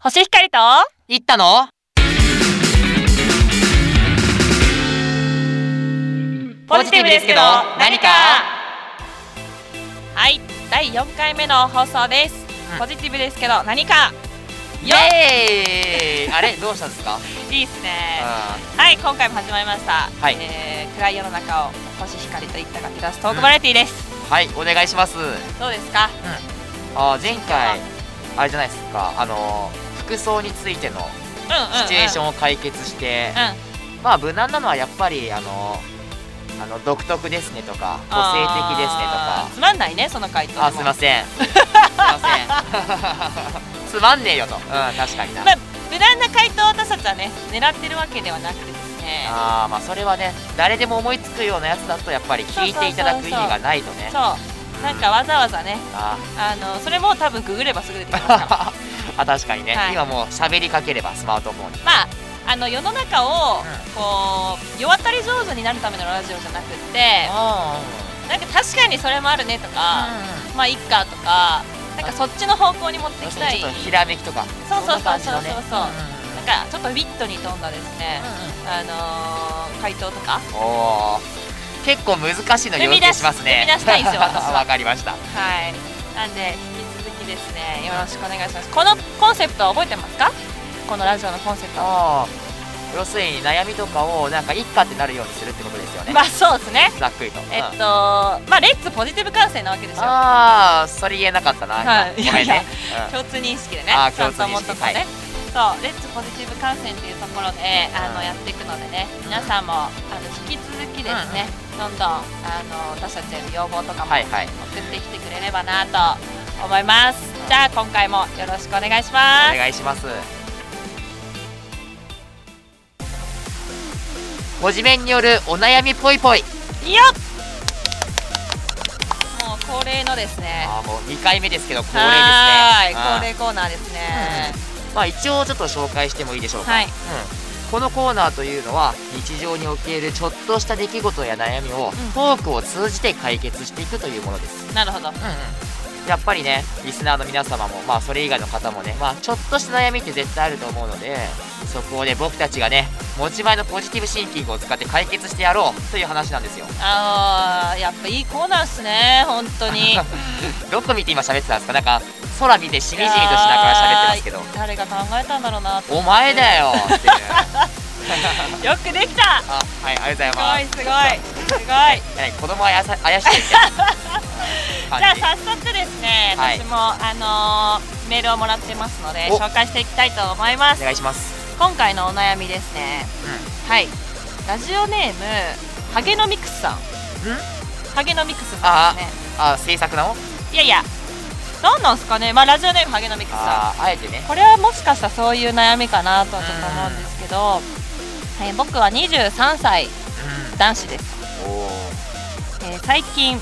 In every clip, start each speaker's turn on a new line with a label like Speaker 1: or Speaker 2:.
Speaker 1: 星光と
Speaker 2: 行ったのポジティブですけど何か
Speaker 1: はい第4回目の放送です、
Speaker 2: うん
Speaker 1: ポジティブですけど何か
Speaker 2: イエーイあれどうしたんで すか
Speaker 1: いいですね
Speaker 2: あー
Speaker 1: はい今回も始まりました、
Speaker 2: はい
Speaker 1: えー暗い世の中を星光といったが照らすトークバラエティです、
Speaker 2: はいお願いします
Speaker 1: どうですか
Speaker 2: あー前回あれじゃないですかあのー服装についての
Speaker 1: うんうん、うん、
Speaker 2: シチュエーショ
Speaker 1: ン
Speaker 2: ンを解決して、
Speaker 1: うん
Speaker 2: まあ無難なのはやっぱりあのーあの独特ですねとか個性的ですねとか
Speaker 1: あーつまんないねその回答も
Speaker 2: あすいま せんすいませんつまんねえよと、うん、確かにな
Speaker 1: まあ無難な回答を私たちはね狙ってるわけではなくてですね
Speaker 2: あーまあそれはね誰でも思いつくようなやつだとやっぱり聞いていただく意味がないとね
Speaker 1: そうなんかわざわざね
Speaker 2: あ
Speaker 1: あのそれも多分ググればすぐ出てきますから
Speaker 2: ー あ確かにね、
Speaker 1: はい
Speaker 2: 今もう喋りかければスマートフォンに
Speaker 1: まあ、あの世の中を
Speaker 2: う
Speaker 1: こう世渡り上手になるためのラジオじゃなくって
Speaker 2: あ
Speaker 1: なんか確かにそれもあるねと
Speaker 2: あ
Speaker 1: か、まあいっかとかなんかそっちの方向に持って
Speaker 2: そ
Speaker 1: き
Speaker 2: して
Speaker 1: たい
Speaker 2: ちょ
Speaker 1: なん
Speaker 2: っ
Speaker 1: か
Speaker 2: とひらめきとか
Speaker 1: そうそうそうそうん
Speaker 2: な感じのね
Speaker 1: そうそう
Speaker 2: うん
Speaker 1: ちょっとウィットに富んだですね、あのー、回答とか
Speaker 2: うんうんおお結構難しいの要求しますね
Speaker 1: 生み出し生み出したいんですよ私は
Speaker 2: わかりました
Speaker 1: はいなんで引き続きですねよろしくお願いしますこのコンセプトは覚えてますかこのラジオのコンセプト
Speaker 2: あー要するに悩みとかをなんか一家ってなるようにするってことですよね、
Speaker 1: まあそうですね
Speaker 2: ざっくりと、
Speaker 1: えっと
Speaker 2: うん
Speaker 1: まあレッツポジティブ感性なわけですよ
Speaker 2: ああそれ言えなかったな、
Speaker 1: はい
Speaker 2: ごめん
Speaker 1: いやいや
Speaker 2: ね、うん
Speaker 1: 共通認識でね、
Speaker 2: あー
Speaker 1: ちゃんと思っとこうね
Speaker 2: 共。
Speaker 1: そう、レッツポジティブ観戦っていうところで、あの
Speaker 2: うん
Speaker 1: やっていくのでね、皆さんもあの引き続きですね、どんどんあの私たちへの要望とかも
Speaker 2: はい
Speaker 1: 送
Speaker 2: はい
Speaker 1: ってきてくれればなと思います。じゃあ今回もよろしくお願いしま
Speaker 2: お願いしますごじめんによるお悩みぽいぽい
Speaker 1: す。いいよもう恒例のですね。
Speaker 2: あーもう2回目ですけど恒例ですね
Speaker 1: はーい、
Speaker 2: あ
Speaker 1: 恒例コーナーですね。
Speaker 2: ーまあ一応ちょっと紹介してもいいでしょうか、
Speaker 1: はい
Speaker 2: うん、このコーナーというのは日常に起きるちょっとした出来事や悩みを、
Speaker 1: ん
Speaker 2: トークを通じて解決していくというものです、
Speaker 1: なるほど。うん
Speaker 2: やっぱりねリスナーの皆様もまあそれ以外の方もねまあちょっとした悩みって絶対あると思うのでそこをね僕たちがね持ち前のポジティブシンキングを使って解決してやろうという話なんですよ
Speaker 1: あのーやっぱいいコーナーっすね、本当 に。
Speaker 2: どこ見て今喋ってたんですかなんか空見てしみじみとしながら喋ってますけど
Speaker 1: いやー誰が考えたんだろうなと
Speaker 2: お前だよって いう
Speaker 1: よくできた
Speaker 2: あはいありがとうご
Speaker 1: す
Speaker 2: ざ
Speaker 1: ごい
Speaker 2: います
Speaker 1: すごいすごいじゃ
Speaker 2: はい子供はやさあやして るみたいな
Speaker 1: あ
Speaker 2: 感じ
Speaker 1: 早速ですね、
Speaker 2: はい
Speaker 1: 私もあのーメールをもらってますので
Speaker 2: お
Speaker 1: 紹介していきたいと思いま
Speaker 2: お
Speaker 1: す
Speaker 2: 願いします
Speaker 1: 今回のお悩みですねはいラジオネームハゲノミクスさん
Speaker 2: うん
Speaker 1: ハゲノミクスさんですね
Speaker 2: あ制作なの
Speaker 1: いやいや何なんすかねまあラジオネームハゲノミクスさん
Speaker 2: あーあえてね
Speaker 1: これはもしかしたらそういう悩みかなとはちょっと思うんですけど、えー僕は23歳男子です
Speaker 2: うんおー
Speaker 1: えー最近、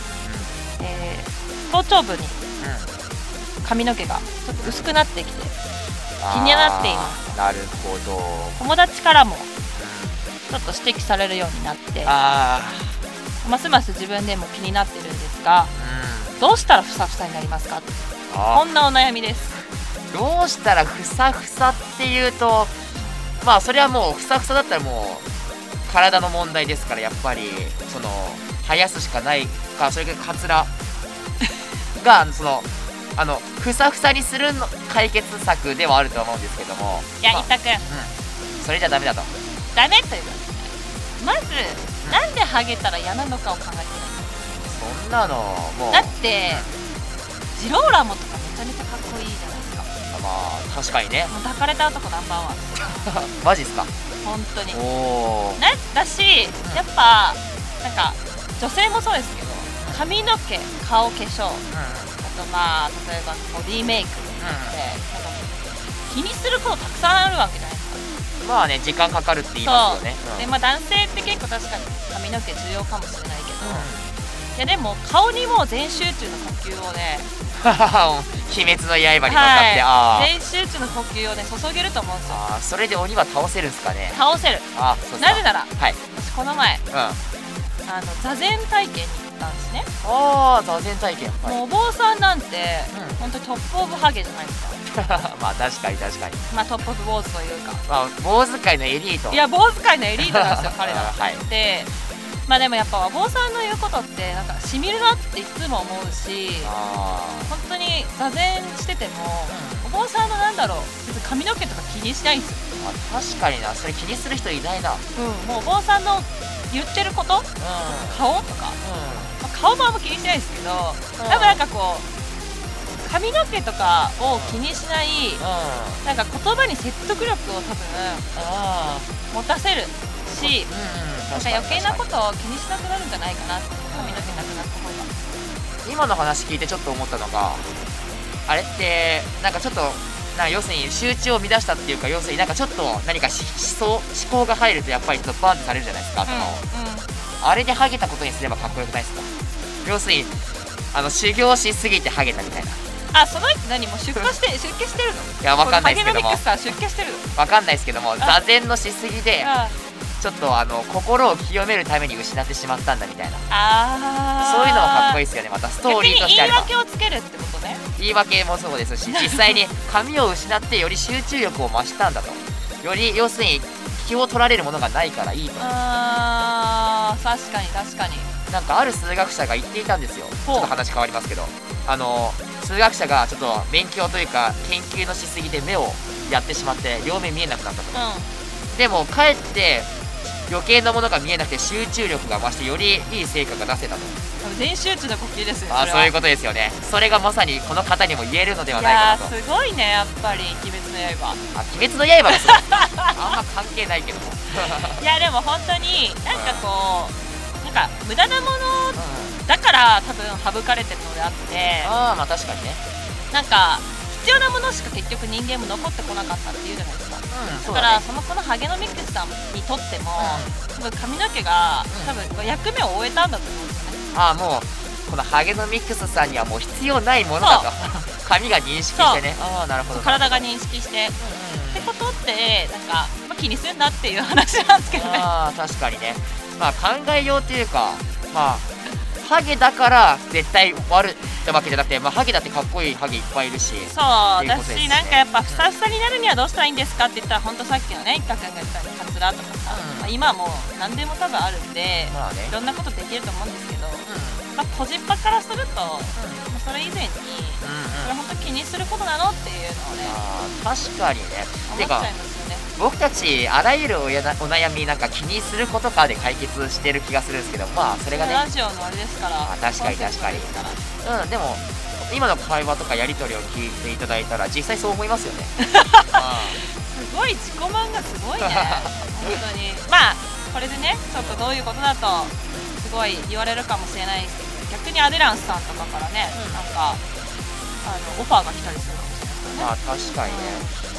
Speaker 1: えー頭頂部に
Speaker 2: うんうん
Speaker 1: 髪の毛がちょっと薄くなってきて
Speaker 2: 気
Speaker 1: になっています
Speaker 2: なるほど
Speaker 1: 友達からもちょっと指摘されるようになって
Speaker 2: あ
Speaker 1: ますます自分でも気になってるんですが
Speaker 2: ーうん
Speaker 1: どうしたらふさふさになりますかこ
Speaker 2: あ
Speaker 1: んなお悩みです
Speaker 2: どうしたらふさふさっていうとまあそれはもうふさふさだったらもう体の問題ですからやっぱりその生やすしかないかそれからカ ツラがそのあのふさふさにするの解決策ではあると思うんですけども
Speaker 1: いや
Speaker 2: まあ
Speaker 1: 伊田君
Speaker 2: それじゃダメだと
Speaker 1: ダメということまずなんでハゲたら嫌なのかを考えてない
Speaker 2: そんなのもう
Speaker 1: だってジローラモとかめちゃめちゃかっこいいじゃないですか
Speaker 2: まあ確かにね
Speaker 1: もう抱かれた男ナンバーワン
Speaker 2: マジっすか
Speaker 1: 本当に
Speaker 2: おお
Speaker 1: なだしやっぱなんか女性もそうですけど髪の毛顔化粧あとまあ例えばボディメイクってなんか気にすることたくさんあるわけじゃないですか
Speaker 2: まあね時間かかるって言いますよね。うん
Speaker 1: でまあ男性って結構確かに髪の毛重要かもしれないけど、
Speaker 2: うん
Speaker 1: いやでも顔にもう全集中の呼吸をね
Speaker 2: 鬼滅の刃に向かって、あー
Speaker 1: 全集中の呼吸をね注げると思うんですよ
Speaker 2: あーそれで鬼は倒せるんですかね。
Speaker 1: 倒せる
Speaker 2: あーそうっすか
Speaker 1: なぜなら
Speaker 2: はい。
Speaker 1: 私この前
Speaker 2: うん。
Speaker 1: あの座禅体験にったんですね、
Speaker 2: ああ座禅体験はい
Speaker 1: もうお坊さんなんて、
Speaker 2: うん
Speaker 1: 本当にトップオブハゲじゃないですか
Speaker 2: まあ確かに確かに
Speaker 1: まあトップオブ坊主というか
Speaker 2: まあ坊主界のエリート
Speaker 1: いや坊主界のエリートなんですよ彼らは
Speaker 2: はい
Speaker 1: でまあでもやっぱお坊さんの言うことってなんかしみるなっていつも思うし
Speaker 2: あ
Speaker 1: 本当に座禅しててもお坊さんのなんだろう別に髪の毛とか気にしないんですよ
Speaker 2: ー、まあ、確かになそれ気にする人いないなうん
Speaker 1: うん、もうお坊さんの言ってること顔とか、
Speaker 2: う
Speaker 1: まあ顔もあんま気にしないですけど
Speaker 2: ん
Speaker 1: 多分なんかこう髪の毛とかを気にしない
Speaker 2: ん
Speaker 1: なんか言葉に説得力を多分
Speaker 2: あ
Speaker 1: 持たせるし
Speaker 2: ーうん
Speaker 1: なんか
Speaker 2: 確かに
Speaker 1: 余計なこ
Speaker 2: 確か
Speaker 1: とを気にしなくなるんじゃないかなって髪の毛なくなった方が
Speaker 2: に今の話聞いてちょっと思ったのがあれってなんかちょっとなんか要するに集中を乱したっていうか要するになんかちょっと何かし思想思考が入るとやっぱりちょっとバーンってされるじゃないですか頭を、
Speaker 1: う、
Speaker 2: あれでハゲたことにすればかっこよくないですか要するにあの修行しすぎてハゲたみたいなん
Speaker 1: あその人何もう出荷して出家してるの
Speaker 2: いやわかんないですけど
Speaker 1: このハゲノミ
Speaker 2: も
Speaker 1: クスさん出家してるの
Speaker 2: わかんないですけども座禅のしすぎで
Speaker 1: あ
Speaker 2: ちょっとあの心を清めるために失ってしまったんだみたいな
Speaker 1: あ
Speaker 2: そういうのもかっこいい
Speaker 1: い
Speaker 2: ですよねまたストーリーとして
Speaker 1: 言
Speaker 2: あ
Speaker 1: い
Speaker 2: れば
Speaker 1: 訳をつけるってことね
Speaker 2: 言い訳もそうで すし実際に髪を失ってより集中力を増したんだとより要するに気を取られるものがないからいいと
Speaker 1: あー確かに確かに
Speaker 2: なんかある数学者が言っていたんですよちょ
Speaker 1: ほう
Speaker 2: っと話変わりますけどあの数学者がちょっと勉強というか研究のしすぎで目をやってしまって両目見えなくなったと
Speaker 1: うん
Speaker 2: でもかえって余計なものが見えなくて集中力が増してよりいい成果が出せたと
Speaker 1: 多分全集中の呼吸ですよ
Speaker 2: あーそういう
Speaker 1: こ
Speaker 2: ことですよねそれがまさにこの方にも言えるのではいない
Speaker 1: や
Speaker 2: かなと
Speaker 1: ーすごいねやっぱり「鬼滅の刃」
Speaker 2: あ鬼滅の刃ですよあんま関係ないけども、
Speaker 1: いやでも本当になんかこうなんか無駄なものだから多分省かれてるのであって
Speaker 2: ああまあ確かにね
Speaker 1: なんか必要なものしか結局人間も残ってこなかったっていうじゃないですか
Speaker 2: うん
Speaker 1: だからそのこのハゲのミックスさんにとっても多分髪の毛が多分役目を終えたんだと思うんですよね
Speaker 2: ああもうこのハゲのミックスさんにはもう必要ないものだと 髪が認識してねああなるほど
Speaker 1: 体が認識してっ
Speaker 2: うん
Speaker 1: てことってなんか、まあ、気にすんなっていう話なんですけどね
Speaker 2: ああ確かにねまあ考えようというかまあハゲだから絶対悪いってわけじゃなくて、まあ、ハゲだってかっこいいハゲいっぱいいるし
Speaker 1: そう
Speaker 2: っていう
Speaker 1: だ
Speaker 2: ことです
Speaker 1: し、
Speaker 2: ね
Speaker 1: なんかやっぱふさふさになるにはどうしたらいいんですかって言ったら本当さっきのね一角が言ったようにカツラとかさ、
Speaker 2: うん
Speaker 1: まあ今はもう何でも多分あるんで、
Speaker 2: まあね
Speaker 1: いろんなことできると思うんですけど、
Speaker 2: うん
Speaker 1: まあ、個人派からすると、ま
Speaker 2: う
Speaker 1: あ
Speaker 2: ん
Speaker 1: それ以前に
Speaker 2: う
Speaker 1: それ
Speaker 2: んうん
Speaker 1: 本当気にすることなのっていうのをね
Speaker 2: あー確かにね
Speaker 1: 思
Speaker 2: て
Speaker 1: っちゃ
Speaker 2: か
Speaker 1: いますよね
Speaker 2: 僕たちあらゆるおやなお悩みなんか気にすることかで解決してる気がするんですけどまあそれがね
Speaker 1: ラジオのあれですから
Speaker 2: あ確かに
Speaker 1: コンセプトですら
Speaker 2: うんでも今の会話とかやり取りを聞いていただいたら実際そう思いますよね うん
Speaker 1: すごい自己満がすごいね本当にまあこれでねちょっとどういうことだとすごい言われるかもしれないですけど逆にアデランスさんとかからね、
Speaker 2: うん
Speaker 1: なんかあのオファーが来たりするかもしれな
Speaker 2: ま
Speaker 1: い
Speaker 2: あ確かにね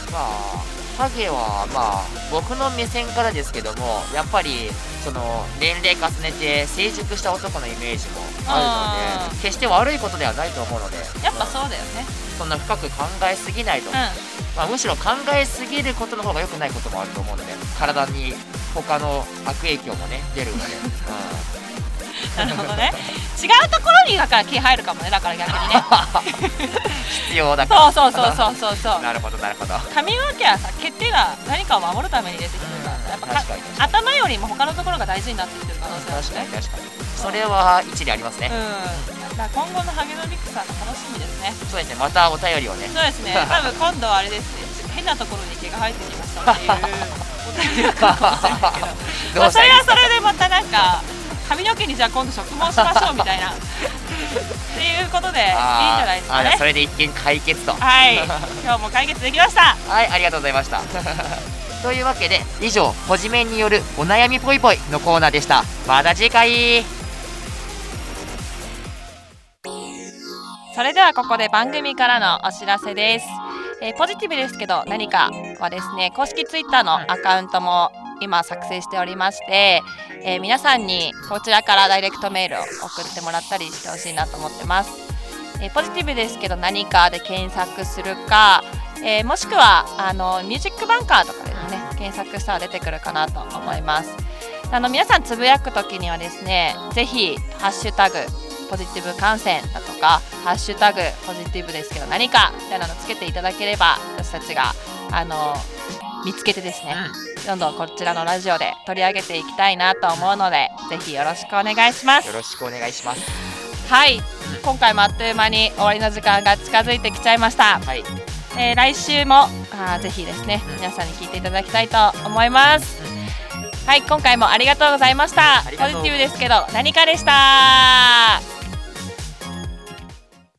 Speaker 2: まあハゲはまあ僕の目線からですけどもやっぱりその年齢重ねて成熟した男のイメージもあるの
Speaker 1: あ
Speaker 2: で決して悪いことではないと思うので
Speaker 1: やっぱそうだよね
Speaker 2: そんな深く考えすぎないと、
Speaker 1: う
Speaker 2: まあ、むしろ考えすぎることの方が良くないこともあると思うので体に他の悪影響もね 出るので、うん
Speaker 1: んなるほどね違うところにだから気入るかもねだから逆にね
Speaker 2: 必要だから
Speaker 1: そうそうそうそうそうそう
Speaker 2: なるほどなるほど
Speaker 1: 髪の毛はさ毛っていうのは何かを守るために出てきてるからさやっぱか
Speaker 2: 確かに確か
Speaker 1: 頭よりも他のところが大事になってきてる可能性ある
Speaker 2: 確
Speaker 1: し
Speaker 2: かに
Speaker 1: ね
Speaker 2: 確かにそれは一理ありますね、
Speaker 1: うんだから今後のハゲノミクさんの楽しみですね
Speaker 2: そうですねまたお便りを ね
Speaker 1: そうです ね、多分今度はあれですね、変なところに毛が生えてきましたっていうお便りが来るかもしれないけど、ま
Speaker 2: どう
Speaker 1: あ、そ
Speaker 2: したら
Speaker 1: れは
Speaker 2: いいです
Speaker 1: それでまたなんか、髪の毛にじゃあ今度植毛しましょうみた いな。っていうことで、いいんじゃないです
Speaker 2: あーあ
Speaker 1: か
Speaker 2: じゃあそ
Speaker 1: ね。
Speaker 2: れで一見解決とは
Speaker 1: はい、今日も解決できました。
Speaker 2: いありがとうございました というわけで以上「ほじめんによるお悩みぽいぽい」のコーナーでしたまた次回
Speaker 1: それではここで番組からのお知らせです、えーポジティブですけど何かはですね公式ツイッターのアカウントも今作成しておりまして、えー皆さんにこちらからダイレクトメールを送ってもらったりしてほしいなと思ってます、えーポジティブですけど何かで検索するか、えーもしくはあのミュージックバンカーとかでね検索したら出てくるかなと思いますあの皆さんつぶやくときにはですねぜひ「ハッシュタグポジティブ感染」だとか「ハッシュタグポジティブですけど何か」みたいなのつけていただければ私たちがあの見つけてですねどんどんこちらのラジオで取り上げていきたいなと思うのでぜひよろしくお願いしま
Speaker 2: よ
Speaker 1: す
Speaker 2: ろしくお願いします
Speaker 1: はい今回もあっという間に終わりの時間が近づいてきちゃいました、
Speaker 2: はいうん
Speaker 1: えー来週もあーぜひですね皆さんに聞いていただきたいと思いますはい今回もありがとうございました
Speaker 2: あり
Speaker 1: ポ
Speaker 2: が
Speaker 1: ジ
Speaker 2: とう
Speaker 1: ティブですけど何かでした